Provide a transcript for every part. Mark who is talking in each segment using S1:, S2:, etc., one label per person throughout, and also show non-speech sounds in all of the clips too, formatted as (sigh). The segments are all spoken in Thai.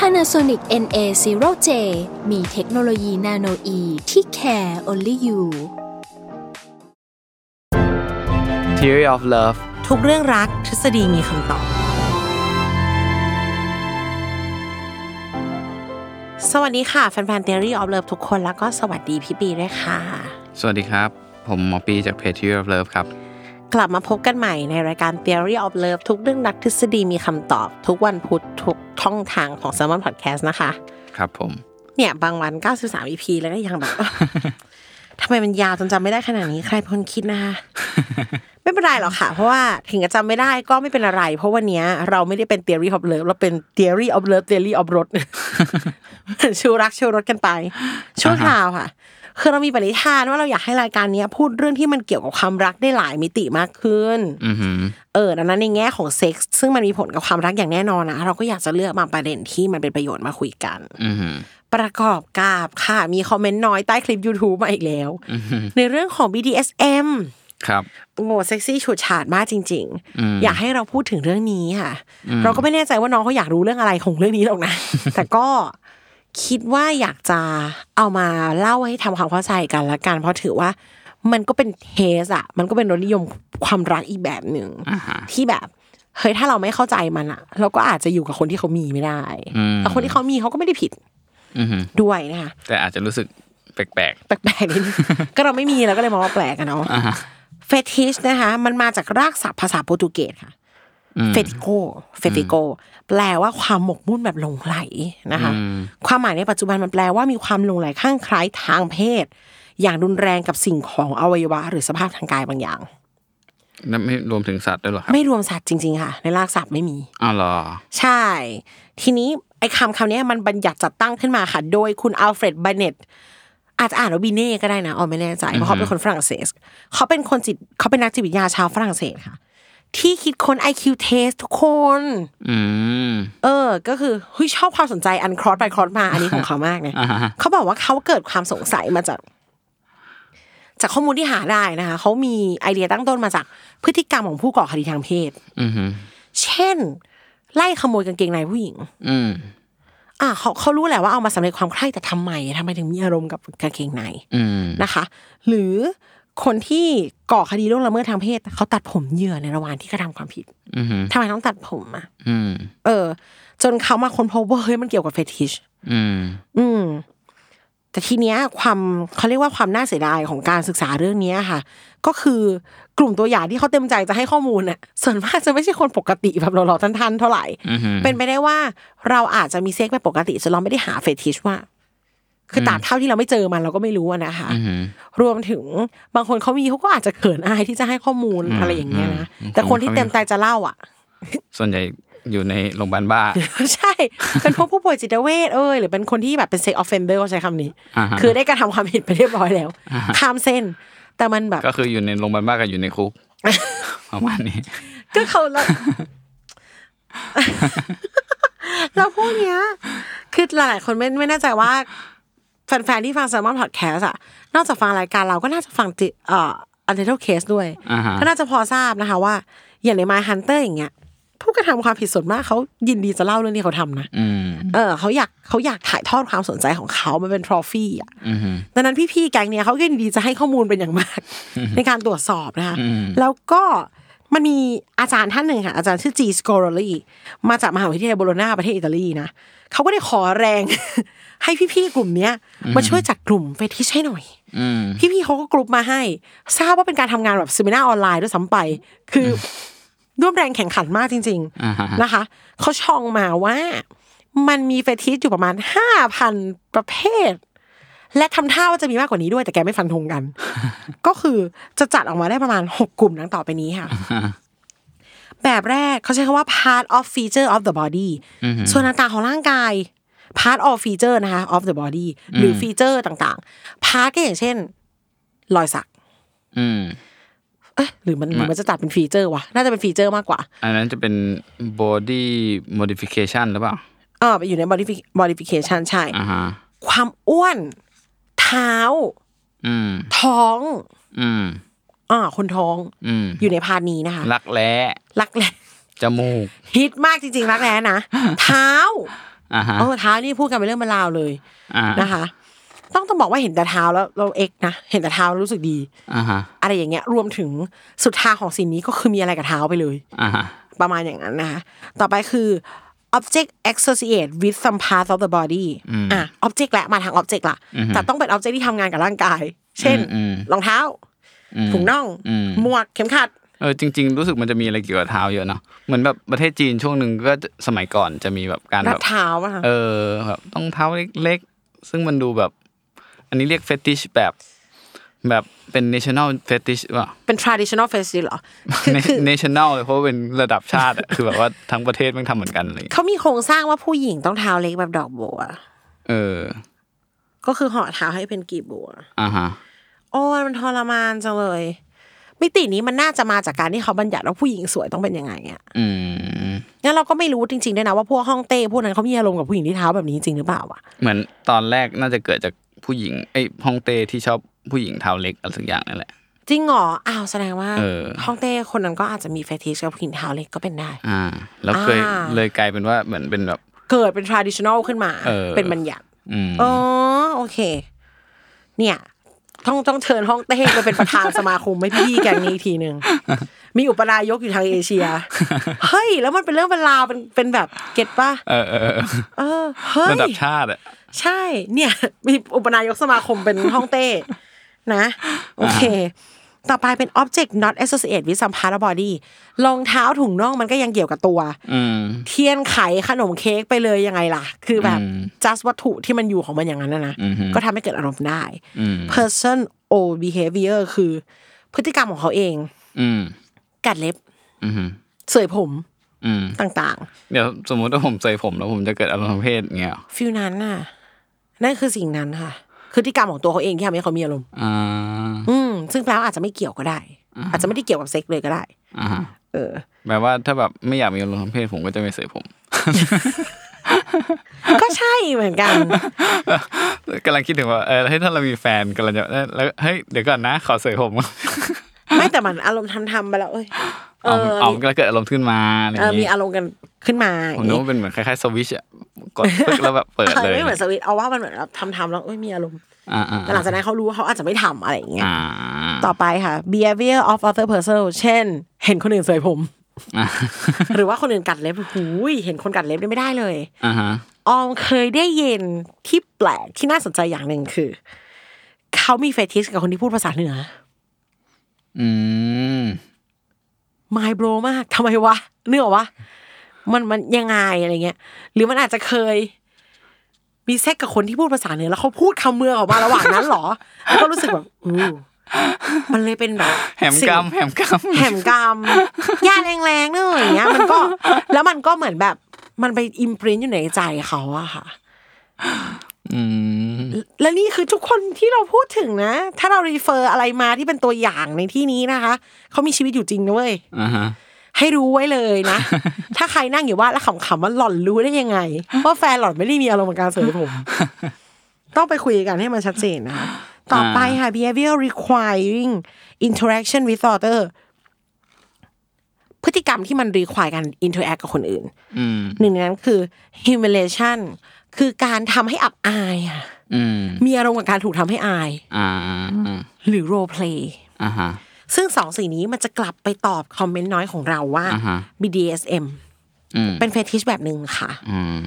S1: Panasonic NA0J มีเทคโนโลยีนาโนอีที่ care only you
S2: Theory of Love
S3: ทุกเรื่องรักทฤษฎีมีคำตอบ สวัสดีค่ะ แฟนๆ Theory of Love ทุกคนแล้วก็สวัสดีพี่ปีด้วยค่ะ
S2: สวัสดีครับ ผมหมอปีจากเพจ Theory of Love ครับ
S3: กลับมาพบกันใหม่ในรายการ Theory of Love ทุกเรื่องรักทฤษฎีมีคำตอบ ทุกวันพุธทุกท่องทางของ s ซ l m o n Podcast นะคะ
S2: ครับผม
S3: เนี่ย บางวัน 93 EP แล้วก็ยังแบบ (laughs) ทำไมมันยาวจนจำไม่ได้ขนาดนี้ใครเป็นคนคิดนะคะ (laughs) ไม่เป็นไรหรอกค่ะ เพราะว่าถึงจะจำไม่ได้ก็ไม่เป็นอะไร เพราะวันเนี้ยเราไม่ได้เป็น theory of love เราเป็น theory of love theory of (laughs) รถ ชูรักชูรถกันไปชั่วคราวค่ะ คือเรามีปณิธานว่าเราอยากให้รายการเนี้ยพูดเรื่องที่มันเกี่ยวกับความรักได้หลายมิติมากขึ้น
S2: อือหือ
S3: เออดังนั้นในแง่ของเซ็กซ์ซึ่งมันมีผลกับความรักอย่างแน่นอนนะเราก็อยากจะเลือกบางประเด็นที่มันเป็นประโยชน์มาคุยกัน
S2: อือหือ
S3: ประกอบกับค่ะมีคอมเมนต์น้อยใต้คลิป YouTube มาอีกแล้ว
S2: อือหือ
S3: ในเรื่องของ BDSM
S2: ครับ
S3: โง่เซ็กซี่ฉูดฉาดมากจริง
S2: อืม
S3: ๆ อยากให้เราพูดถึงเรื่องนี้ค่ะ เราก็ไม่แน่ใจว่าน้องเขาอยากรู้เรื่องอะไรของเรื่องนี้ห
S2: (laughs)
S3: รอกนะ แต่ก็คิดว่าอยากจะเอามาเล่าให้ทำความเข้าใจกันละกันเพราะถือว่า มันก็เป็นเทสอะมันก็เป็นรสนิยมความรักอีกแบบหนึ่ง
S2: อ่าฮะ
S3: ที่แบบเฮ้ยถ้าเราไม่เข้าใจมันอะเราก็อาจจะอยู่กับคนที่เขามีไม่ได้
S2: อืม
S3: แต่คนที่เขามีเขาก็ไม่ได้ผิด
S2: อือหือ
S3: ด้วยนะคะ
S2: แต่อาจจะรู้สึกแปลก
S3: แปลกๆนิด
S2: (laughs)
S3: นึง ก็เราไม่มีเราก็เลยมองว่าแปลกอะเนาะ
S2: อ่าฮะ
S3: เฟติชนะคะ มันมาจากรากศัพท์ภาษาโปรตุเกสค่ะ เฟติโก เฟติโก แปลว่าความหมกมุ่นแบบหลงไหลนะคะ ความหมายในปัจจุบันมันแปลว่ามีความหลงไหลข้างใคล้ายทางเพศ อย่างรุนแรงกับสิ่งของอวัยวะ หรือสภาพทางกายบางอย่าง
S2: ๆนั่นไม่รวมถึงสัตว์ด้วยเหรอครับ
S3: ไม่รวมสัตว์จริงๆค่ะ ในรากศัพท์ไม่มี
S2: อ้าวเหรอ
S3: ใช่ ทีนี้ไอ้คำคำเนี้ยมันบัญญัติจัดตั้งขึ้นมาค่ะ โดยคุณอัลเฟรดบันเนตอาจจะอ่านว่าบีเน่ก็ได้นะอ๋อไม่แน่ใจเพราะเขาเป็นคนฝรั่งเศส เขาเป็นคนจิตเขาเป็นนักจิตวิทยาชาวฝรั่งเศสค่ะ ที่คิดค้น IQ test ทุกคน
S2: อืม
S3: เออ ก็คือเฮ้ยชอบความสนใจอันครอสไปครอสมาอันนี้ของเขามากนะ
S2: อ่าฮะ
S3: เขาบอกว่าเขาเกิดความสงสัยมาจาก จากข้อมูลที่หาได้นะคะเขามีไอเดียตั้งต้นมาจากพฤติกรรมของผู้ก่อคดีทางเพศ
S2: อือหือ
S3: เช่น ไล่ขโมยกางเกงในผู้หญิง
S2: อืม
S3: อ่ะเขาเขารู้แหละว่าเอามาสำเร็จความใคร่แต่ทำไมทำไมถึงมีอารมณ์กับกางเกงใน
S2: อืม
S3: นะคะ หรือคนที่ก่อคดีล่วงละเมิดทางเพศแต่เขาตัดผมเหยื่อในระหว่างที่กระทำความผิด
S2: อือหือ
S3: ทำไมต้องตัดผมอ่ะ
S2: อืม
S3: เออ จนเขามาค้นพบว่าเฮ้ยมันเกี่ยวกับเฟติช
S2: อืม
S3: อืม แต่ทีเนี้ยความเขาเรียกว่าความน่าเสียดายของการศึกษาเรื่องเนี้ยค่ะ ก็คือกลุ่มตัวอย่างที่เขาเต็มใจจะให้ข้อมูลน่ะส่วนมากจะไม่ใช่คนปกติแบบหล่อๆท่านๆเท่าไหร่
S2: อือหือ
S3: เป็นไปได้ว่าเราอาจจะมีเซ็กไม่ปกติจนเราไม่ได้หาเฟติชว่า คือตราบเท่าที่เราไม่เจอมันเราก็ไม่รู้อะนะคะ
S2: อือหือ
S3: รวมถึงบางคนเขามีเขาก็อาจจะเขินอายที่จะให้ข้อมูล
S2: อืม
S3: อะไรอย่างเงี้ยนะ
S2: อืม
S3: แต่คนที่เต็มใจจะเล่าอ่ะ (laughs)
S2: ส่วนใหญ่อยู่ในโรงพยาบาลบ้า
S3: ใช่ เป็นพวกผู้ป่วยจิตเวชเอ้ยหรือเป็นคนที่แบบเป็นเซ็กออฟเฟนเดอร์เขาใช้คำนี้
S2: อ่าฮะ
S3: คือได้กระทำความผิดไปเรียบร้อยแล้ว ข้ามเส้น แต่มันแบบ
S2: ก็คืออยู่ในโรงพยาบาลบ้ากับอยู่ใน
S3: (laughs)
S2: คุก ประมาณนี้
S3: ก็เขาแล้ว (laughs) แล้วพวกเนี้ย คือหลายๆคนไม่ไม่แน่ใจว่า แฟนๆที่ฟัง s ซ l m o n Podcast อะนอกจากฟังรายการเราก็น่าจะฟังติเอ่อ Untitled Case ด้วย
S2: อ่าฮะ
S3: ก็น่าจะพอทราบนะคะว่า อย่างใน My Hunter อย่างเงี้ย ผู้กระทำความผิดส่วนมากเขายินดีจะเล่าเรื่องที่เขาทำนะ
S2: อืม
S3: เออเขาอยากเขาอยากถ่ายทอดความสนใจของเขามันเป็นทรอฟี่อ่ะ
S2: อือหือ
S3: ดังนั้นพี่ๆ แก๊งเนี่ยเขาก็ยินดีจะให้ข้อมูลเป็นอย่างมาก ในการตรวจสอบนะคะ แล้วก็มันมีอาจารย์ท่านหนึ่งค่ะ อาจารย์ชื่อจีสโกโรลีมาจากมหาวิทยาลัยโบโลนาประเทศอิตาลีนะเขาก็ได้ขอแรง (laughs) ให้พี่ๆ กลุ่มเนี้ยมาช่วยจัดกลุ่มเฟทิชให้หน่อย
S2: อืม
S3: พี่ๆเขาก็กรุ๊ปมาให้ ทราบว่าเป็นการทำงานแบบเซมินาออนไลน์ด้วยซ้ำไป คือร่วมแรงแข่งขันมากจริง
S2: อ่าฮะ
S3: ๆ นะคะ เขาช่องมาว่ามันมีเฟติชอยู่ประมาณห้าพันประเภท และทำท่าว่าจะมีมากกว่านี้ด้วย แต่แกไม่ฟันธง
S2: (laughs)
S3: กัน ก็คือจะจัดออกมาได้ประมาณหกกลุ่มดังต่อไปนี้ค่ะ แบบแรกเขาใช้คำว่า part of feature of the body ส่วนต่างๆของร่างกาย part of feature นะคะ of the body หรือ feature ต่างๆ part ก็อย่างเช่น รอยสัก
S2: อืม
S3: เอ๊ะหรือมันหรือมันจะจัดเป็นฟีเจอร์วะน่าจะเป็นฟีเจอร์มากกว่า
S2: อันนั้นจะเป็น body modification หรือเปล่า
S3: เออไปอยู่ใน modifi- modification ใช่
S2: อ่าฮะ
S3: ความอ้วน เท้า
S2: อืม
S3: ท้อง
S2: อืม
S3: อ่าคนท้อง
S2: อืม
S3: อยู่ในพาร์ทนี้นะคะ
S2: รักแร้
S3: รัก (laughs) แร้
S2: จมูก
S3: ฮิตมากจริงๆ รักแร้
S2: (laughs)
S3: นะ เท้า
S2: อ่าฮะ
S3: เออเท้านี่พูดกันเป็นเรื่องเป็นราวเลย
S2: อ่า
S3: นะคะ ต้องต้องบอกว่าเห็นแต่เท้าแล้วเราเอกนะเห็นแต่เท้ารู้สึกดี
S2: อ่าฮะ
S3: อะไรอย่างเงี้ยรวมถึงสุดทางของสิ่งนี้ก็คือมีอะไรกับเท้าไปเลย
S2: อ่าฮะ
S3: ประมาณอย่างนั้นนะคะต่อไปคือ object associate with some parts of the body อ่ะ object และมาทาง object ละแต่ต้องเป็น object ที่ทำงานกับร่างกาย เช่น
S2: อืม
S3: รองเท้า
S2: อืม
S3: ถุงน่อง
S2: อืม
S3: หมวก เข็มขัด
S2: เออจริง ๆ รู้สึกมันจะมีอะไรเกี่ยวกับเท้าเยอะเนาะเหมือนแบบประเทศจีนช่วงหนึ่งก็จะสมัยก่อนจะมีแบบการ
S3: รั
S2: แบ
S3: ด
S2: บ
S3: เท้าอะค่ะ
S2: เออแบบต้องเท้าเล็กๆ ซึ่งมันดูแบบ อันนี้เรียกเฟติชแบบ แบบเป็น national fetish
S3: (laughs)
S2: ว่ะ
S3: เป็น traditional fetish เหรอ
S2: (laughs) national เลยเพราะว่าเป็นระดับชาติอะ คือแบบว่าทั้งประเทศแมันทำเหมือนกันอะไรอย่างเลย
S3: เขามีโครงสร้างว่าผู้หญิงต้องเท้าเล็กแบบดอกบัว
S2: เออ
S3: ก็คือห่อเท้าให้เป็นกีบบัว
S2: อ่าฮะ
S3: โอ้ยมันทรมานจังเลย มิตินี้มันน่าจะมาจากการที่เขาบัญญัติว่าผู้หญิงสวยต้องเป็นยังไงอะ
S2: อืม
S3: งั้นเราก็ไม่รู้จริงๆด้วยนะว่าพวกห้องเต้พวกนั้นเขามีอารมณ์กับผู้หญิงที่เท้าแบบนี้จริงหรือเปล่าอะ
S2: เหมือนตอนแรกน่าจะเกิดจากผู้หญิงไอ้ยฮ่องเต้ที่ชอบผู้หญิงเท้าเล็กอะไรสักอย่างนั่นแหละ
S3: จริงเหรอ อ้าวแสดงว่า
S2: เออ
S3: ฮ่องเต้คนนั้นก็อาจจะมีเฟติชกับผู้หญิงเท้าเล็กก็เป็นได้
S2: อ่า แล้วเคย
S3: อ่า
S2: เลยกลายเป็นว่าเหมือนเป็นแบบ
S3: เกิดเป็น traditional ขึ้นมา
S2: เออ
S3: เป็นบัญญัติ
S2: อืม
S3: อ๋อ โอเค เนี่ย ต้องต้องเชิญฮ่องเต้ไปเป็นประธานสมาคมไม่พี่แกงนี้อีกที
S2: (laughs)
S3: หนึ่ง มีอุปนายกอยู่ทางเอเชีย เฮ้ย แล้วมันเป็นเรื่องเป็นราวเป็นเป็นแบบเก็ตป่ะ
S2: เออเออเออ
S3: เออ เฮ้
S2: ระ
S3: ย
S2: ดับชาติอ่ะ
S3: ใช่ เนี่ย (laughs) มีอุปนายกสมาคมเป็นฮ่องเต้
S2: (laughs)
S3: นะ โอเค ต่อไปเป็น object not associated with some part of body รองเท้าถุงน่องมันก็ยังเกี่ยวกับตัว
S2: อืม
S3: เทียนไขขนมเค้กไปเลยยังไงล่ะ คือแบบ
S2: อืม
S3: just วัตถุที่มันอยู่ของมันอย่างนั้นนะนะ
S2: อือฮึ
S3: ก็ทำให้เกิดอารมณ์ได้
S2: อืม
S3: person or behavior คือพฤติกรรมของเขาเอง
S2: อืม
S3: กัดเล็บ
S2: อืม
S3: เสยผม
S2: อืม
S3: ต่าง
S2: เดี๋ยวสมมติว่าผมใส่ผมแล้วผมจะเกิดอารมณ์ทางเพศอย่างเงี้ยเหรอ
S3: ๆฟิลนั้นน่ะ นั่นคือสิ่งนั้นค่ะ พฤติกรรมของตัวเขาเองที่ทำให้เขามีอารมณ์
S2: อ่า
S3: อืมซึ่งแปลว่าอาจจะไม่เกี่ยวก็ได้ อาจจะไม่ได้เกี่ยวกับเซ็กเลยก็ได้
S2: อ่าฮะ
S3: เออ
S2: แปลว่าถ้าแบบไม่อยากมีอารมณ์ทางเพศผมก็จะไม่ใส่ผม
S3: ก็ใช่เหมือน (laughs) กัน
S2: กำลังคิดถึงว่าเออเฮ้ยถ้าเรามีแฟนกำลังจะเอ้ยแล้วเฮ้ยเดี๋ยวก่อนนะ ขอใส่ผม (laughs)
S3: ไม่แต่มันอารมณ์ทำๆไปแล้วเอ้ยเอ
S2: เอา
S3: อ
S2: เอาก็เกิดอารมณ์ขึ้นมาอะไรอ
S3: เออย่าง มี
S2: งี้
S3: อารมณ์กันขึ้นมาอ
S2: ผม
S3: ย่าง
S2: นึก
S3: งี้
S2: ว่าเป็นเหมือนคล้ายๆสวิตชอะกดปึ๊กแล้วแบบเปิด
S3: เอ
S2: เล
S3: อย ไม่เหมือนสวิตช์เอาว่ามันเหมือนแบบทำๆแล้วเอ้ยมีอารมณ์
S2: อ่าอ่า
S3: แต่หลังจากนั้นเขารู้ว่าเขาอาจจะไม่ทำอะไรอย่างเงี้ย
S2: อ่า
S3: ต่อไปค่ะ behavior of other person เช่น เห็นคนอื่นเสยผม (laughs)
S2: อ่า
S3: หรือว่าคนอื่นกัดเล็บหูยเห็นคนกัดเล็บเนี่ยไม่ได้เลย
S2: อ่าฮะ
S3: ออมเคยได้ยินที่แปลกที่น่าสนใจอย่างหนึ่งคือเขามีเฟติชกับคนที่พูดภาษาเหนือ
S2: อืม
S3: มายโบรมาก (laughs) ทำไมวะเนื้ออกวะมันมันยังไงอะไรเงี้ย หรือมันอาจจะเคย มีเซ็กกับคนที่พูดภาษาเหนือแล้วเขาพูดคำเมืองออกมาระหว่างนั้นเหรอ แล้วก็รู้สึกแบบ
S2: (laughs)
S3: อู้มันเลยเป็นแบบ
S2: แหมกำแหมก
S3: สิ่งแหมกำย่าแรงๆเนอะอย่างเงี้ย มันก็ แล้วมันก็เหมือนแบบ มันไปอิมพรินอยู่ในใจเขาอะค่ะ
S2: ำอืม
S3: และนี่คือทุกคนที่เราพูดถึงนะ ถ้าเรารีเฟอร์อะไรมาที่เป็นตัวอย่างในที่นี้นะคะเขามีชีวิตอยู่จริงนะเว้ย
S2: อ่าฮะ
S3: ให้รู้ไว้เลย
S2: (laughs)
S3: นะ ถ้าใครนั่งอยู่ว่านแล้วขำๆว่าหล่อนรู้ได้ยังไงว่าแฟนหล่อนไม่ได้มีอารมณ์กับการเสย
S2: (laughs)
S3: ผม ต้องไปคุยกันให้มันชัดเจนนะคะต่อไปค่ะ behavior requiring interaction with other พฤติกรรมที่มัน require การ interact กับคนอื่น
S2: อืม
S3: หนึ่งในนั้นคือ humiliation คือการทำให้อับอายอะ
S2: อืม
S3: มีอารมณ์กับการถูกทำให้อาย
S2: อ่า
S3: หรือ role play
S2: อ่าฮะ
S3: ซึ่งสองสิ่งนี้มันจะกลับไปตอบคอมเมนต์น้อยของเราว่า
S2: อ่าฮะ
S3: BDSM
S2: อืม
S3: เป็นเฟติชแบบหนึ่งค่ะ
S2: อืม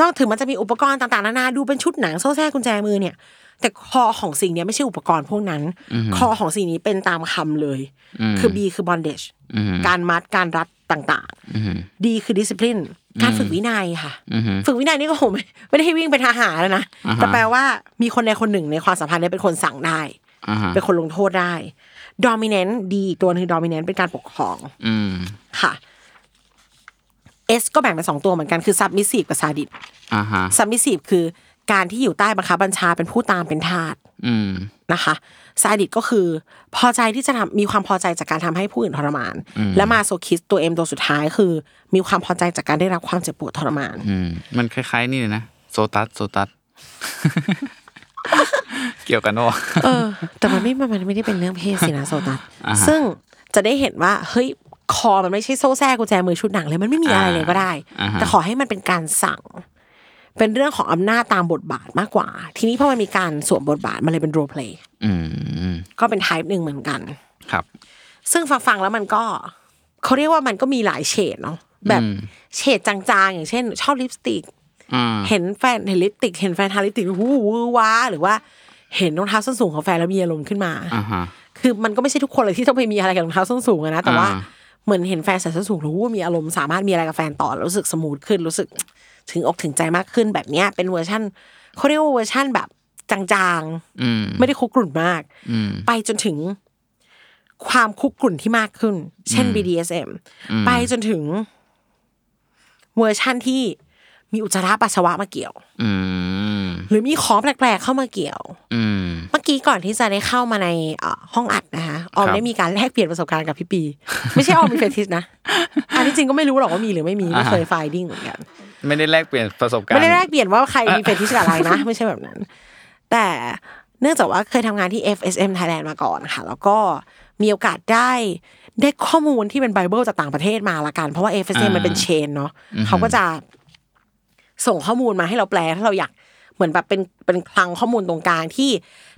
S3: นอกถึงมันจะมีอุปกรณ์ต่างๆนานาดูเป็นชุดหนังโซ่แทรกกุญแจมือเนี่ย แต่คอของสิ่งเนี้ยไม่ใช่อุปกรณ์พวกนั้น คอของสิ่งนี้เป็นตามคำเลย คือ B คือ bondage
S2: อืม
S3: การมัดการรัดต่าง
S2: อืม
S3: ๆ D คือ discipline การฝึกวินัยค่ะ
S2: อืม
S3: ฝึกวินัยนี่ก็โหไม่ไม่ได้ให้วิ่งเป็นทหารแล้วนะ
S2: อ่าฮะ
S3: แต่แปลว่ามีคนใดคนหนึ่งในความสัมพันธ์เนี้เป็นคนสั่งได้
S2: อ่าฮะ
S3: เป็นคนลงโทษได้ dominant ดีตัวหนึงคือ dominant เป็นการปกครอง
S2: อืม
S3: ค่ะ S ก็แบ่งเป็นสองตัวเหมือนกันคือ submissive กับ sadist
S2: อ่าฮะ
S3: submissive คือการที่อยู่ใต้บังคับบัญชาเป็นผู้ตามเป็นทาส
S2: อืม
S3: นะคะซาดิสก็คือพอใจที่จะทำมีความพอใจจากการทำให้ผู้อื่นทรมาน และมาโซคิสตัวเอ็มตัวสุดท้ายคือ มีความพอใจจากการได้รับความเจ็บปวดทรมาน (laughs)
S2: อืม มันคล้ายๆนี่เลยนะ โซตัส โซตัส (laughs) เกี่ยวกันเนอะ
S3: เออ แต่มันไม่มันไม่ได้เป็นเรื่องเพศสินะโซตัส
S2: อ่าฮะ
S3: ซึ่งจะได้เห็นว่าเฮ้ยคอมันไม่ใช่โซ่แทรกกุญแจมือชุดหนังเลยมันไม่มีอะไรเลยก็ได้ แต่ขอให้มันเป็นการสั่ง เป็นเรื่องของอำนาจตามบทบาทมากกว่า ทีนี้พอมันมีการสวมบทบาทมันเลยเป็นโรเพลย์
S2: อืม
S3: ก็เป็นไทป์หนึ่งเหมือนกัน
S2: ครับ
S3: ซึ่งฟังฟังๆแล้วมันก็เขาเรียกว่ามันก็มีหลายเฉดเนาะแบบเฉดจางๆ อย่างเช่น ชอบลิปสติก
S2: อ่า
S3: เห็นแฟนเห็นลิปสติก เห็นแฟนทาลิปสติกหูวือว้าหรือว่าเห็นรองเท้าส้นสูงของแฟนแล้วมีอารมณ์ขึ้นมา
S2: อ่าฮะ
S3: คือมันก็ไม่ใช่ทุกคนเลยที่ต้องไปมีอะไรกับรองเท้าส้นสูงอะนะแต่ว่า
S2: อ่า
S3: เหมือนเห็นแฟนใส่ส้นสูงรู้ว่ามีอารมณ์สามารถมีอะไรกับแฟนต่อแล้วรู้สึกสมูทขึ้นรู้สึกถึงอกถึงใจมากขึ้นแบบเนี้ยเป็นเวอร์ชั่นเขาเรียกว่าเวอร์ชั่นแบบจาง
S2: อืม
S3: ๆ ไม่ได้คุกรุ่นมาก
S2: อืม
S3: ไปจนถึงความคุกกลุ่นที่มากขึ้น เช่น BDSM ไปจนถึงเวอร์ชั่นที่มีอุจจาระปัสสาวะมาเกี่ยว
S2: อืม
S3: หรือมีของแปลกๆเข้ามาเกี่ยว
S2: อืม
S3: เมื่อกี้ก่อนที่จะได้เข้ามาในเอ่อห้องอัดนะคะออม
S2: ครับ
S3: ได้มีการแลกเปลี่ยนประสบการณ์กับพี่ปี ไม่ใช่ออมมีเฟติสนะ อันที่จริงก็ไม่รู้หรอกว่ามีหรือไม่มีไม่เคยไฟดิ้งเหมือนกัน
S2: ไม่ได้แลกเปลี่ยนประสบการณ์
S3: ไม่ได้แลกเปลี่ยนว่าใครมีเฟติชกับอะไร
S2: (laughs)
S3: นะ ไม่ใช่แบบนั้น แต่เนื่องจากว่าเคยทำงานที่ FSM Thailand มาก่อนค่ะ แล้วก็มีโอกาสได้ได้ข้อมูลที่เป็นไบเบิลจากต่างประเทศมาละกัน เพราะว่า FSM
S2: อ่ามั
S3: มันเป็นเชนเนาะเขาก็จะส่งข้อมูลมาให้เราแปล ถ้าเราอยากเหมือนแบบเป็นเป็นคลังข้อมูลตรงกลางที่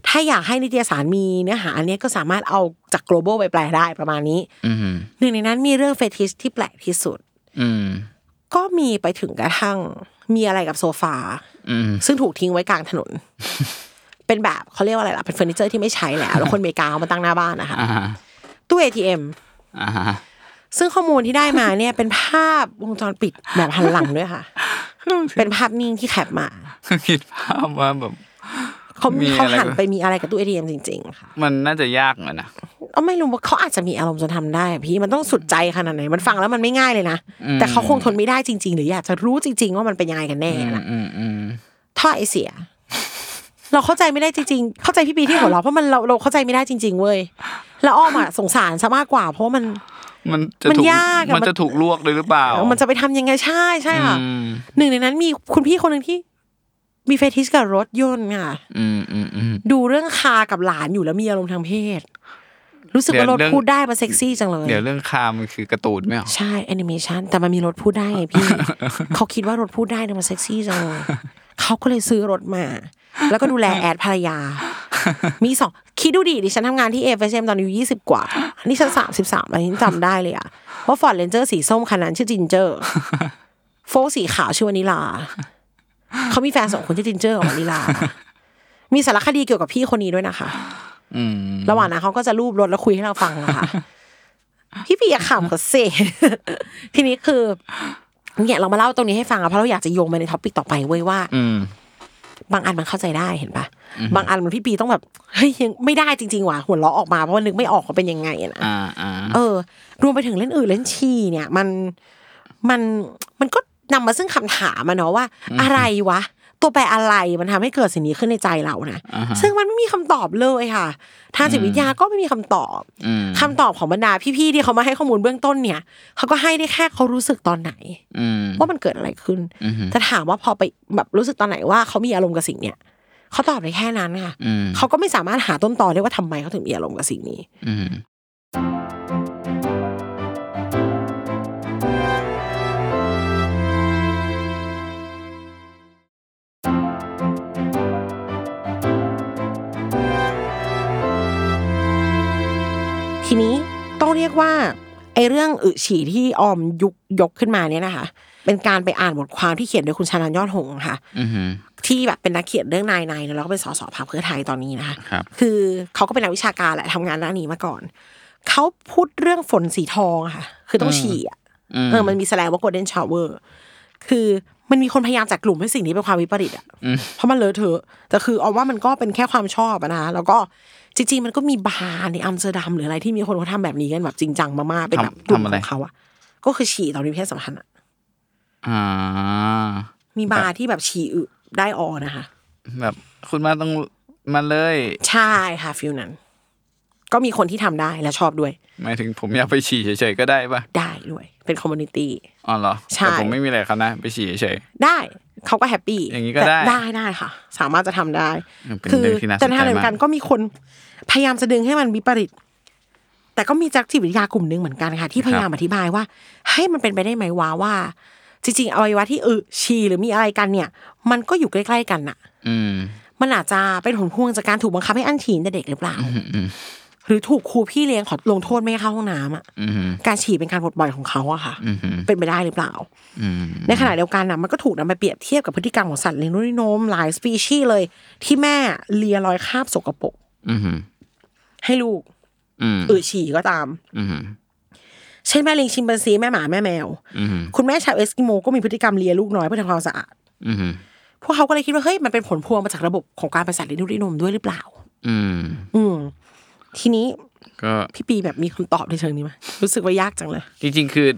S3: ถ้าอยากให้นิตยสารมีเนื้อหาอันเนี้ยก็สามารถเอาจาก global ไปแปลได้ประมาณนี้
S2: อือหือ
S3: หนึ่งในนั้นมีเรื่องเฟติชที่แปลกที่สุด
S2: อืม
S3: ก็มีไปถึงกระทั่งมีอะไรกับโซฟา
S2: อืม
S3: ซึ่งถูกทิ้งไว้กลางถน
S2: (laughs)
S3: น เป็นแบบเขาเรียกว่าอะไรล่ะ เป็นเฟอร์นิเจอร์ที่ไม่ใช้
S2: (laughs)
S3: แล้ว แล้วคนอเมริกาเอามาตั้งหน้าบ้านนะคะ
S2: อ่าฮะ
S3: ตู้ ATM
S2: อ่าฮะ
S3: ซึ่งข้อมูลที่ได้มาเนี่ย เป็นภาพวงจรปิดแบบหันหลังด้วย
S2: (laughs)
S3: ค่ะ เป็นภาพนิ่งที่แคปมา
S2: คิดภาพว่าแบบ
S3: เขาม
S2: มี
S3: เขา
S2: อะไร
S3: หัน
S2: ด้วย
S3: ไปมีอะไรกับตู้ ATM จริงๆค่ะ
S2: มันน่าจะยากเหมือนนะ
S3: เอาไม่รู้ว่าเขาอาจจะมีอารมณ์จนทำได้อะพี่มันต้องสุดใจขนาดไหน มันฟังแล้วมันไม่ง่ายเลยนะ แต่เขาคงทนไม่ได้จริง ๆ หรืออยากจะรู้จริง ๆ ว่ามันเป็นยังไงกันแน่นะ
S2: อืมอืม
S3: ท่อไอเสีย (laughs) เราเข้าใจไม่ได้จริงๆ เข้าใจพี่ปีที่หัวเราะเพราะมันเราเราเข้าใจไม่ได้จริง ๆ เว้ย แล้วอ้อมอะสงสารซะมากกว่า เพราะว่ามัน
S2: มันจะ
S3: มัน
S2: ถูก
S3: ยากอะ
S2: มัน
S3: มัน
S2: จะถูกลวกด้วยหรือเปล่า
S3: มันจะไปทำยังไงใช่ใช่ค่ะ
S2: อืม
S3: หนึ่งในนั้นมีคุณพี่คนหนึ่งที่ มีเฟติชกับรถยนต์ค่ะ
S2: อืมอืมอืม
S3: ดูเรื่องคากับหลานอยู่แล้วมีอารมณ์ทางเพศ รู้สึก
S2: เดี๋
S3: ว่า
S2: ยว
S3: รถ
S2: เรื่อง
S3: พูดได้มาเซ็กซี่จังเลย
S2: เดี๋ยวเรื่องคามันคือการะตูนไม่เหรอ
S3: ใช่แอนิเมชันแต่มันมีรถพูดได้ไงพี่
S2: (laughs)
S3: เขาคิดว่ารถพูดได้เนี่ยมันเซ็กซี่จังเลยเขาก็เลยซื้อรถมา แล้วก็ดูแลแอด
S2: (laughs)
S3: ภรรยา มีสองคิดดูดิดิฉันทำงานที่เอฟเอมตอนอายุยี่สิบกว่า นี่ฉันสามสิบสามอันนี้จำได้เลยอะว่าฟอร์ดเรนเจอร์สีส้มคันนั้นชื่อจินเจอ
S2: (laughs)
S3: ร์ โฟลสีขาวชื่อวานิลา เขามีแฟนสองคนชื่อจินเจอร์กับวานิลา มีสารคดีเกี่ยวกับพี่คนนี้ด้วยนะคะ
S2: อืม
S3: ระหว่างนั้นเขาก็จะรูปรถแล้วคุยให้เราฟังนะคะ (laughs) พี่ปีอยากขำกับเซ (laughs) ทีนี้คือเนี่ยเรามาเล่าตรงนี้ให้ฟังอะเพราะเราอยากจะโยงไปในท็อปิกต่อไปเว้ยว่า
S2: อืม
S3: บางอันมันเข้าใจได้เห็นปะบางอันมันพี่ปีต้องแบบเฮ้ยยังไม่ได้จริงๆว่ะหัวเราะออกมาเพราะว่านึกไม่ออกว่าเป็นยังไงอะนะ
S2: อ่าอ่า
S3: เออ รวมไปถึงเล่นอื่นเล่นชีเนี่ยมันมันมันก็นำมาซึ่งคำถามอะเนาะว่า อะไรวะ ตัวแปรอะไรมันทำให้เกิดสิ่งนี้ขึ้นในใจเรานะซึ่งมันไม่มีคำตอบเลยค่ะ ทางจิตวิทยาก็ไม่มีคำตอบ
S2: อืม
S3: คำตอบของบรรดาพี่ๆที่เขามาให้ข้อมูลเบื้องต้นเนี่ยเขาก็ให้ได้แค่เขารู้สึกตอนไหน
S2: อืม
S3: ว่ามันเกิดอะไรขึ้น
S2: อือฮึ
S3: แต่ถามว่าพอไปแบบรู้สึกตอนไหนว่าเขามีอารมณ์กับสิ่งเนี่ยเขาตอบได้แค่นั้นค่ะ
S2: อืม
S3: เขาก็ไม่สามารถหาต้นตอได้ว่าทำไมเขาถึงมีอารมณ์กับสิ่งนี้
S2: อืม
S3: ทีนี้ต้องเรียกว่าไอ้เรื่องอึฉี่ที่ออมยุกยกขึ้นมาเนี่ยนะคะ เป็นการไปอ่านบทความที่เขียนโดยคุณชานันยอดหงส์ค่ะ
S2: อืม
S3: ที่แบบเป็นนักเขียนเรื่องนายในแล้วก็เป็นสสพรรคเพื่อไทยตอนนี้นะคะ
S2: ครับ
S3: คือเขาก็เป็นนักวิชาการแหละทำงานด้านนี้มาก่อน เขาพูดเรื่องฝนสีทองอะค่ะ คือต้องฉี่อะเออมันมีแสลงว่า golden shower คือมันมีคนพยายามจัดกลุ่มให้สิ่งนี้เป็นความวิปริตอะเพราะมันเลอะเทอะแต่คือเอาว่ามันก็เป็นแค่ความชอบอะนะแล้วก็จริงๆมันก็มีบาร์ในอัมสเตอร์ดัมหรืออะไรที่มีคนเขาทำแบบนี้กันแบบจริงจังมากๆเป็นแบบกลุ่มของเขาอะก็คือฉี่ตอนมีเพศสัมพันธ์อะ
S2: อ่า
S3: มีบาร์ที่แบบฉี่อึได้ออนะคะ
S2: แบบคุณมาต้องมาเลย
S3: ใช่ค่ะฟิลนั้น ก็มีคนที่ทำได้และชอบด้วย
S2: หมายถึงผมอยากไปฉี่เฉยๆก็ได้ปะ
S3: ได้ด้วย เป็นคอมมูนิตี้
S2: อ๋อเหรอ
S3: ใช่
S2: แต่ผมไม่มีอะไรครับนะ ไปฉี่เฉย
S3: ได้เขาก็แฮปปี้
S2: อย่างนี้ก็
S3: แต่
S2: ได้
S3: ได้ได้ค่ะ สามารถจะทำได้
S2: เป็นเรื่องที่น่าสนใจมาก
S3: แต่ในทางเดียวกันก็มีคนพยายามจะดึงให้มันวิปริต แต่ก็มีจักจิตวิทยากลุ่มหนึ่งเหมือนกันค่ะ ที่พยายามอธิบายว่าให้ยมันเป็นไปได้ไหมวะว่า จริงๆอวัยวะที่อึฉี่หรือมีอะไรกันเนี่ย มันก็อยู่ใกล้ๆกันน่ะ
S2: ๆอืม
S3: มันอาจจะเป็นผลพวงจากการถูกบังคับให้อั้นฉี่ตั้งแต่เด็กหรือเปล่า หรือถูกครูพี่เลี้ยงขอลงโทษไม่ให้เข้าห้องน้ำอ่ะ
S2: อืม
S3: การฉี่เป็นการปลดปล่อยของเขาอะค่ะ
S2: อืมอืม
S3: เป็นไปได้หรือเปล่า
S2: อืม
S3: ในขณะเดียวกันนะมันก็ถูกนำไปเปรียบเทียบกับพฤติกรรมของสัตว์เลี้ยงด้วยนมหลายสปีชีส์เลย ที่แม่เลียรอยคราบสกปรก
S2: อืม
S3: ให้ลูก
S2: อืม
S3: อือฉี่ก็ตาม
S2: อืม
S3: เช่นแม่ลิงชิมแปนซีแม่หมาแม่แมว
S2: อืม
S3: คุณแม่ชาวเอสกิโมก็มีพฤติกรรมเลียลูกน้อยเพื่อทำความสะอาด
S2: อืม
S3: พวกเขาก็เลยคิดว่าเฮ้ยมันเป็นผลพวงมาจากระบบของการประสาทเลี้ยงด้วยนมด้วยหรือเปล่า
S2: อืม
S3: อืม ทีนี้
S2: ก็
S3: พี่ปีแบบมีคำตอบในเชิงนี้ไหมรู้สึกว่ายากจังเลย
S2: จริงๆคือ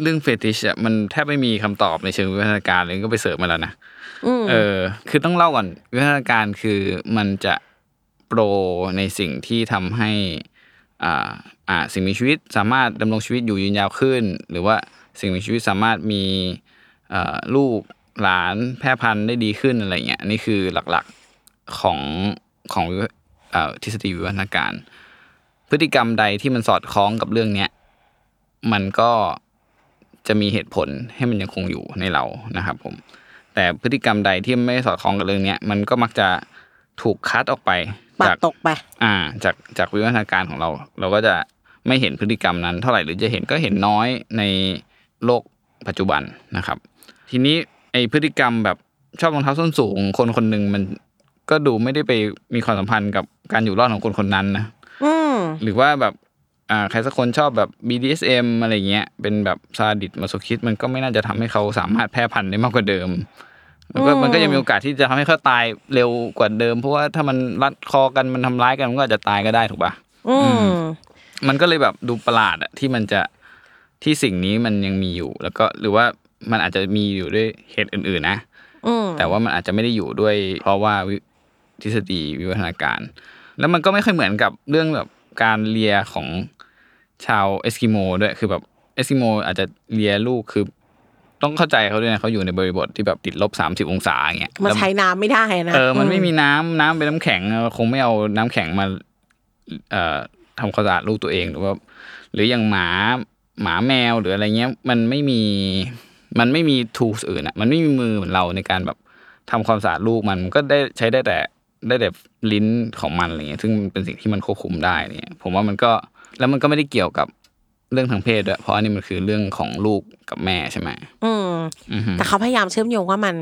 S2: เรื่องเฟติชอะมันแทบไม่มีคำตอบในเชิงวิวัฒนาการเลยก็ไปเสิร์ชมาแล้วนะเออ คือต้องเล่าก่อนวิวัฒนาการคือมันจะโปรในสิ่งที่ทำให้อ่าอ่าสิ่งมีชีวิตสามารถดำรงชีวิตอยู่ยืนยาวขึ้น หรือว่าสิ่งมีชีวิตสามารถมีเอ่อลูกหลานแพร่พันธุ์ได้ดีขึ้นอะไรเงี้ยนี่คือหลักๆของของวิวัเอ่อทฤษฎีวิวัฒนาการ พฤติกรรมใดที่มันสอดคล้องกับเรื่องเนี้ย มันก็จะมีเหตุผลให้มันยังคงอยู่ในเรานะครับผม แต่พฤติกรรมใดที่ไม่สอดคล้องกับเรื่องเนี้ย มันก็มักจะถูกคัดออกไป
S3: ปาก
S2: จาก
S3: ตกไป
S2: อ่าจากจากวิวัฒนาการของเรา เราก็จะไม่เห็นพฤติกรรมนั้นเท่าไหร่หรือจะเห็นก็เห็นน้อยในโลกปัจจุบันนะครับ ทีนี้ไอพฤติกรรมแบบชอบรองเท้าส้นสูงของคนคนหนึ่งมันก็ดูไม่ได้ไปมีความสัมพันธ์กับการอยู่รอดของคนคนนั้นนะ
S3: อืม
S2: หรือว่าแบบอ่าใครสักคนชอบแบบ BDSM อะไรเงี้ย เป็นแบบซาดิสมาโซคิดมันก็ไม่น่าจะทำให้เขาสามารถแพร่พันธุ์ได้มากกว่าเดิม แล้วก็
S3: อืม
S2: มันก็ยังมีโอกาสที่จะทำให้เขาตายเร็วกว่าเดิม เพราะว่าถ้ามันรัดคอกันมันทำร้ายกันมันก็อาจจะตายก็ได้ถูกปะ
S3: อืม
S2: มันก็เลยแบบดูประหลาดอะที่มันจะที่สิ่งนี้มันยังมีอยู่ แล้วก็หรือว่ามันอาจจะมีอยู่ด้วยเหตุอื่นๆนะ
S3: อืม
S2: แต่ว่ามันอาจจะไม่ได้อยู่ด้วย เพราะว่าวิทฤษฎีวิวัฒนาการ แล้วมันก็ไม่ค่อยเหมือนกับเรื่องแบบการเลียของชาวเอสกิโมด้วยคือแบบเอสกิโมอาจจะเลียลูกคือต้องเข้าใจเขาด้วยนะเขาอยู่ในบริบทที่แบบติดลบสามสิบองศาอย่างเงี้ย
S3: มันใช้น้ำไม่ได้นะ
S2: เออมันไม่มีน้ำน้ำเป็นน้ำแข็งคงไม่เอาน้ำแข็งมาเอ่อทำความสะอาดลูกตัวเองหรือว่าหรืออย่างหมาหมาแมวหรืออะไรเงี้ยมันไม่มีมันไม่มีทูสอื่นอ่ะมันไม่มีมือเหมือนเราในการแบบ ทำความสะอาดลูกมันมันก็ได้ใช้ได้แต่ได้แต่ลิ้นของมันอะไรเงี้ยซึ่งมันเป็นสิ่งที่มันควบคุมได้เนี่ยผมว่ามันก็แล้วมันก็ไม่ได้เกี่ยวกับเรื่องทางเพศด้วยเพราะอันนี้มันคือเรื่องของลูกกับแม่ใช่ไหม
S3: อืม
S2: อือฮึ
S3: แต่เขาพยายามเชื่อมโยงว่ามัน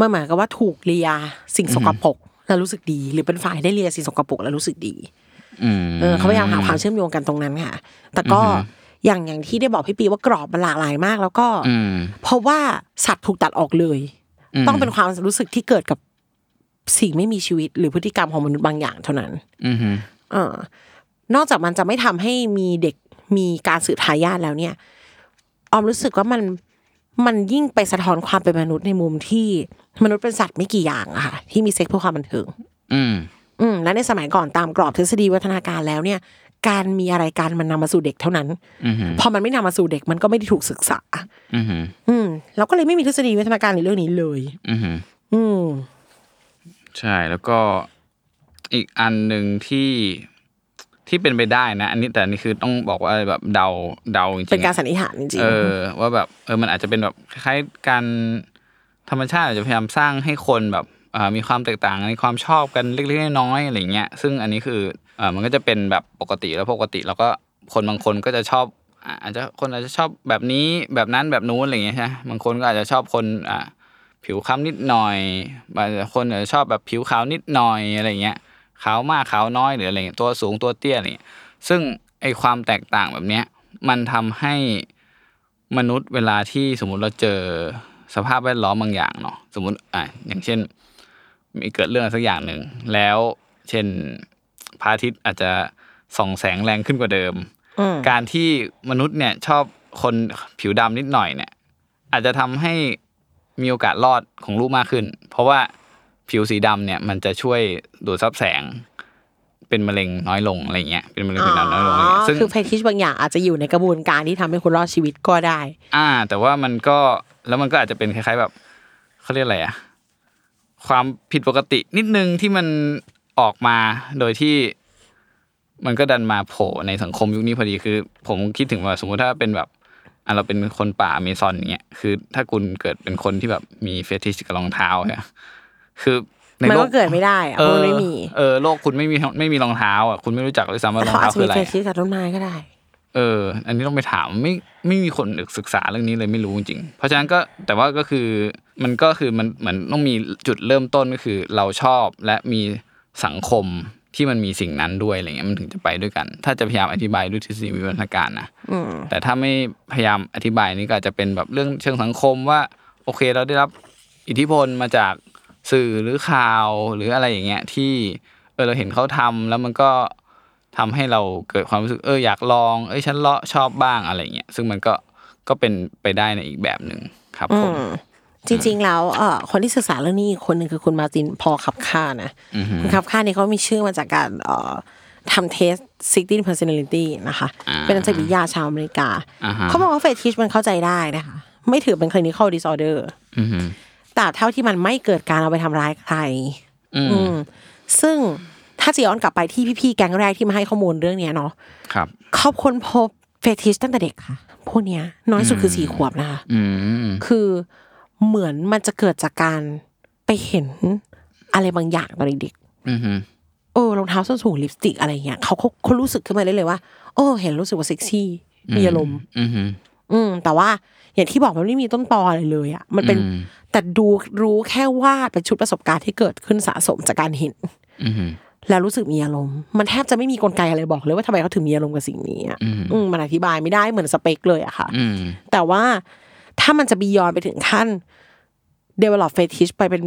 S3: มันเหมือนกับว่าถูกเลียสิ่งสกปรกแล้วรู้สึกดี หรือเป็นฝ่ายได้เลียสิ่งสกปรกแล้วรู้สึกดี
S2: อืม
S3: เออเขาพยายามหาความเชื่อมโยงกันตรงนั้นค่ะ แต่ก็อย่างอย่างที่ได้บอกพี่ปีว่ากรอบมันหลากหลายมาก แล้วก็
S2: อืม
S3: เพราะว่าสัตว์ถูกตัดออกเลย ต้องเป็นความรู้สึกที่เกิดกับสิ่งไม่มีชีวิต หรือพฤติกรรมของมนุษย์บางอย่างเท่านั้น
S2: อือฮึ
S3: เออนอกจากมันจะไม่ทำให้มีเด็กมีการสืบทายาทแล้วเนี่ย ออมรู้สึกว่ามันมันยิ่งไปสะท้อนความเป็นมนุษย์ในมุมที่มนุษย์เป็นสัตว์ไม่กี่อย่างอะค่ะที่มีเซ็กซ์เพื่อความบันเทิง
S2: อืม
S3: อืมและในสมัยก่อนตามกรอบทฤษฎีวัฒนาการแล้วเนี่ย การมีอะไรการมันนำมาสู่เด็กเท่านั้น
S2: อือฮึ
S3: พอมันไม่นำมาสู่เด็กมันก็ไม่ได้ถูกศึกษา
S2: อือฮึ
S3: อืมเราก็เลยไม่มีทฤษฎีวัฒนาการในเรื่องนี้เลย
S2: อือฮึ
S3: อืม
S2: ใช่แล้วก็อีกอันหนึ่งที่ที่เป็นไปได้นะ อันนี้แต่อันนี่คือต้องบอกว่าแบบเดาเดาจริงๆ
S3: เป็นการ
S2: อะ
S3: สันนิษฐานจริง
S2: เออว่าแบบเออมันอาจจะเป็นแบบคล้ายๆการธรรมชาติอาจจะพยายามสร้างให้คนแบบเอ่อมีความแตกต่างในความชอบกันเล็กๆน้อยๆอะไรเงี้ยซึ่งอันนี้คือเออมันก็จะเป็นแบบปกติแล้วปกติแล้วก็คนบางคนก็จะชอบอ่ะอาจจะคนอาจจะชอบแบบนี้แบบนั้นแบบนู้นอะไรเงี้ยใช่ไหมบางคนก็อาจจะชอบคนอ่ะผิวคล้ำนิดหน่อยบางคนอาจจะชอบแบบผิวขาวนิดหน่อยอะไรเงี้ยขาวมากขาวน้อยหรืออะไรเงี้ยตัวสูงตัวเตี้ยอะไรเงี้ยซึ่งไอความแตกต่างแบบเนี้ยมันทำให้ มนุษย์เวลาที่สมมุติเราเจอสภาพแวดล้อมบางอย่างเนาะสมมติอ่ะอย่างเช่น มีเกิดเรื่องอะไรสักอย่างหนึ่งแล้วเช่นพระอาทิตย์อาจจะส่องแสงแรงขึ้นกว่าเดิม
S3: ๆอืม
S2: การที่มนุษย์เนี่ยชอบคนผิวดำนิดหน่อยเนี่ย อาจจะทำให้มีโอกาสรอดของลูกมากขึ้น เพราะว่าผิวสีดำเนี่ยมันจะช่วยดูดซับแสง เป็นมะเร็งน้อยลงอะไรเงี้ยเป็นมะเร็งผิวหนังน้อยลงอะไรเงี้ยซึ่ง
S3: คือแพททิชบางอย่างอาจจะอยู่ในกระบวนการที่ทำให้คุณรอดชีวิตก็ได้
S2: อ่า แต่ว่ามันก็แล้วมันก็อาจจะเป็นคล้าย ๆแบบเขาเรียกอะไรอะความผิดปกตินิดนึงที่มันออกมาโดยที่ มันก็ดันมาโผล่ในสังคมยุคนี้พอดีคือ ผมคิดถึงว่าสมมุติถ้าเป็นแบบอ่ะเราเป็นคนป่าอเมซอนอย่างเงี้ยคือถ้าคุณเกิดเป็นคนที่แบบมีเฟติชกับรองเท้าเนี่ยคือใน
S3: มัน
S2: โล
S3: ก็เกิดไม่ได้อะเพ
S2: เอ
S3: ราะ
S2: อ
S3: มันไม่มี
S2: เออโลกคุณไม่มีไม่มีรองเท้าอ่ะคุณไม่รู้จักเลยซ้ำว่า
S3: แต่
S2: รอง
S3: เขาอาจ
S2: เท้าคื
S3: จะ
S2: อ
S3: มี
S2: อะไร
S3: เฟ
S2: อะ
S3: ซชิสจากต้นไม้ก็ได้
S2: เออ อันนี้ต้องไปถามไม่ไม่มีคนศึกษาเรื่องนี้เลยไม่รู้จริงๆเพราะฉะนั้นก็แต่ว่าก็คือมันก็คือมันเหมือนต้องมีจุดเริ่มต้นก็คือเราชอบและมีสังคมที่มันมีสิ่งนั้นด้วยอะไรเงี้ยมันถึงจะไปด้วยกัน ถ้าจะพยายามอธิบายด้วยทฤษฎีวิวัฒนาการนะแต่ถ้าไม่พยายามอธิบายนี่ก็อาจจะเป็นแบบเรื่องเชิงสังคมว่า โอเคเราได้รับอิทธิพลมาจากสื่อหรือข่าวหรืออะไรอย่างเงี้ยที่เออเราเห็นเขาทำแล้วมันก็ ทำให้เราเกิดความรู้สึกเอออยากลอง เอ้ยฉันเลาะชอบบ้างอะไรเงี้ยซึ่งมันก็ก็เป็นไปได้ในอีกแบบหนึ่งครับผม
S3: จริงๆ แล้วเอ่อคนที่ศึกษาเรื่องนี้อีกคนหนึ่งคือคุณมาร์ตินพอขับค่านะคุณขับค่านี่เขามีชื่อมาจากการเอ่อทำเทสซิกตินเพอร์ซันลิตี้นะคะ เป็นนักจิตวิทยาชาวอเมริกา เขาบอกว่าเฟทิชมันเข้าใจได้นะคะ ไม่ถือเป็นคลินิคอลดิสออเดอร์
S2: อือหือ
S3: แต่เท่าที่มันไม่เกิดการเอาไปทำร้ายใคร อืมซึ่งถ้าจะย้อนกลับไปที่พี่ๆ แก๊งแรกที่มาให้ข้อมูลเรื่องเนี้ยเนาะ
S2: ครับ
S3: เขาค้นพบเฟทิชตั้งแต่เด็กค่ะพวกเนี้ยน้อยสุดคือสี่ขวบนะคะ
S2: อืม
S3: คือเหมือนมันจะเกิดจากการไปเห็นอะไรบางอย่างตอนเด็ก
S2: อือหือ
S3: ๆเออรองเท้าส้นสูงลิปสติกอะไรเงี้ยเขาเขาเขารู้สึกขึ้นมาได้เลยว่า โอ้เห็นรู้สึกว่าเซ็กซี่มีอารมณ์
S2: อือหือ
S3: อืมแต่ว่าอย่างที่บอกมันไม่มีต้นตออะไรเลยอ่ะมันเป็น
S2: อืม
S3: แต่ดูรู้แค่ว่าเป็นชุดประสบการณ์ที่เกิดขึ้นสะสมจากการเห็น
S2: อือหือ
S3: แล้วรู้สึกมีอารมณ์มันแทบจะไม่มีกลไกอะไรบอกเลยว่าทำไมเขาถึงมีอารมณ์กับสิ่งนี้อะ
S2: อือหือ
S3: อืมมันอธิบายไม่ได้เหมือนสเปคเลยอะค่ะ
S2: อืม
S3: แต่ว่าถ้ามันจะบียอนไปถึงขั้น develop fetish ไปเป็น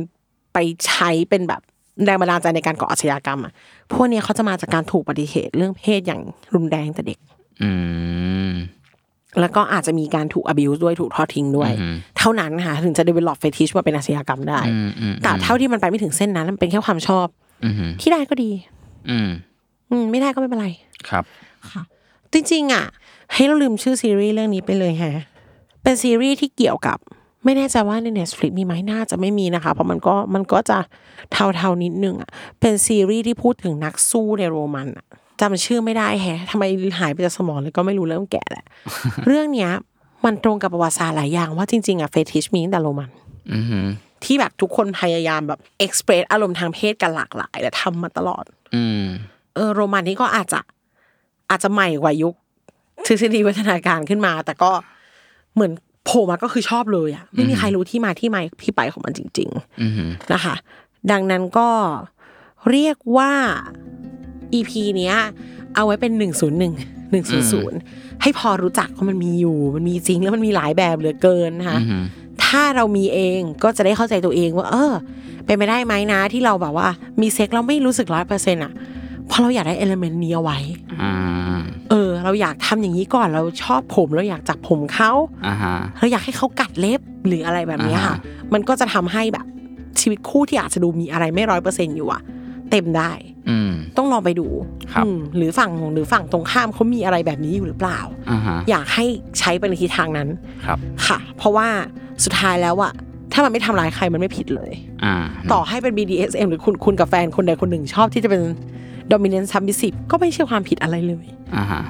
S3: ไปใช้เป็นแบบแรงบันดาลใจในการก่ออาชญากรรมอ่ะพวกเนี้ยเขาจะมาจากการถูกปฏิเสธเรื่องเพศอย่างรุนแรงแต่เด็ก
S2: อืม
S3: แล้วก็อาจจะมีการถูก abuse ด้วยถูกทอดทิ้งด้วย
S2: อือหือ
S3: เท่านั้นค่ะถึงจะ develop fetish ว่าเป็นอาชญากรรมได้
S2: อืมอืม
S3: แต่เท่าที่มันไปไม่ถึงเส้นนั้นมันเป็นแค่ความชอบ
S2: อือหือ
S3: ที่ได้ก็ดี
S2: อืม
S3: อืมไม่ได้ก็ไม่เป็นไร
S2: ครับ
S3: จริงๆอ่ะให้เราลืมชื่อซีรีส์เรื่องนี้ไปเลยแฮะ เป็นซีรีส์ที่เกี่ยวกับ ไม่แน่ใจว่าใน Netflix มีไหมน่าจะไม่มีนะคะ เพราะมันก็มันก็จะเทาๆนิดนึงอ่ะเป็นซีรีส์ที่พูดถึงนักสู้ในโรมันอะจำชื่อไม่ได้แฮะทำไมหายไปจากสมองเลยก็ไม่รู้เริ่มแก่แหละ เรื่องเนี้ย มันตรงกับประวัติศาสตร์หลายอย่างว่าจริงๆอ่ะเฟติชมีตั้งแต่โรมัน
S2: อือหือ
S3: ที่แบบทุกคนพยายามแบบเอ็กซ์เพรสอารมณ์ทางเพศกันหลากหลายและทำมาตลอด
S2: อืม
S3: เออโรมันนี่ก็อาจจะอาจจะใหม่กว่ายุค (laughs) ทฤษฎีวัฒนาการขึ้นมา แต่ก็เหมือนโผล่มาก็คือชอบเลยอะไม่มีใครรู้ที่มาที่ไปที่ไปของมันจริง
S2: อือหือ
S3: ๆ นะคะ ดังนั้นก็เรียกว่า EP เนี้ย เอาไว้เป็น 101 100 ให้พอรู้จักว่ามันมีอยู่ มันมีจริงแล้วมันมีหลายแบบเหลือเกินนะคะ
S2: อือหือ
S3: ถ้าเรามีเองก็จะได้เข้าใจตัวเองว่า เออ เป็นไปได้ไหมนะที่เราแบบว่า มีเซ็กเราไม่รู้สึกร้อยเปอร์เซ็นต์อ่ะเพราะเราอยากได้เอลเมนต์นี้เอาไว้
S2: อ่า
S3: เออ เราอยากทำอย่างนี้ก่อนเราชอบผมเราอยากจับผมเขา
S2: อ่าฮะ
S3: เราอยากให้เขากัดเล็บหรืออะไรแบบเนี้ยค่ะ
S2: อ่าฮ
S3: มันก็จะทำให้แบบชีวิตคู่ที่อาจจะดูมีอะไรไม่ร้อยเปอร์เซ็นต์อยู่อ่ะ เต็มได้
S2: อืม
S3: ต้องลองไปดู
S2: ครับ
S3: อืมหรือฝั่งหรือฝั่งตรงข้ามเขามีอะไรแบบนี้อยู่หรือเปล่า
S2: อ่าฮะ
S3: อยากให้ใช้ไปในทิศทางนั้น
S2: ครับ
S3: ค่ะ เพราะว่าสุดท้ายแล้วอะถ้ามันไม่ทำร้ายใครมันไม่ผิดเลย
S2: อ่า
S3: ต่อให้เป็น BDSM หรือคุณคุณกับแฟนคนใดคนหนึ่งชอบที่จะเป็น dominant submissive ก็ไม่ใช่ความผิดอะไรเลย
S2: อ่าฮะ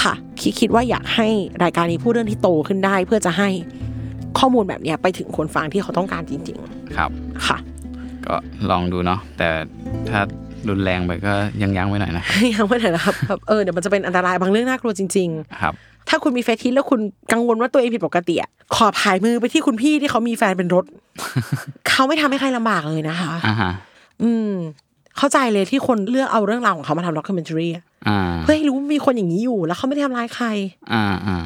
S3: ค่ะคิดคิดว่าอยากให้รายการนี้พูดเรื่องที่โตขึ้นได้ เพื่อจะให้ข้อมูลแบบเนี้ยไปถึงคนฟังที่เขาต้องการจริง
S2: ครับ
S3: ๆ ค่ะ (laughs)
S2: ก็ลองดูเนาะแต่ถ้ารุนแรงไปก็ยังยั้งไว้หน่อยนะ
S3: ยังไม่ถึงนะครับแบบเออเดี๋ยวมันจะเป็นอันตรายบางเรื่องน่ากลัวจริง ๆ
S2: ครับ
S3: ถ้าคุณมีเฟซทิสแล้วคุณกังวลว่าตัวเองผิดปกติอะขอผายมือไปที่คุณพี่ที่เขามีแฟนเป็นรถ เขาไม่ทำให้ใครลำบากเลยนะคะ
S2: อ่าฮะ
S3: อืม เข้าใจเลยที่คนเลือกเอาเรื่องราวของเขามาทำด็อกเมนทรี
S2: อ่า
S3: เพื่อให้รู้ว่ามีคนอย่างนี้อยู่ แล้วเขาไม่ได้ทำร้ายใคร
S2: อ่าอ่า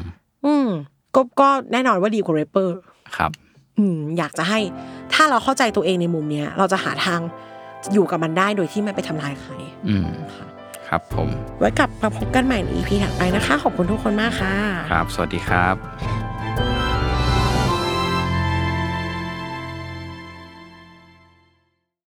S3: อืมก็ก็แน่นอนว่าดีกว่าเรปเปอร์
S2: ครับ
S3: อืม อยากจะให้ ถ้าเราเข้าใจตัวเองในมุมเนี้ย เราจะหาทางอยู่กับมันได้โดยที่ไม่ไปทำร้ายใคร
S2: อืม ครับผม
S3: ไว้กลับมาพบกันใหม่ใน EP ถัดไปนะคะ ขอบคุณทุกคนมากค่ะ
S2: ครับ สวัสดีครับ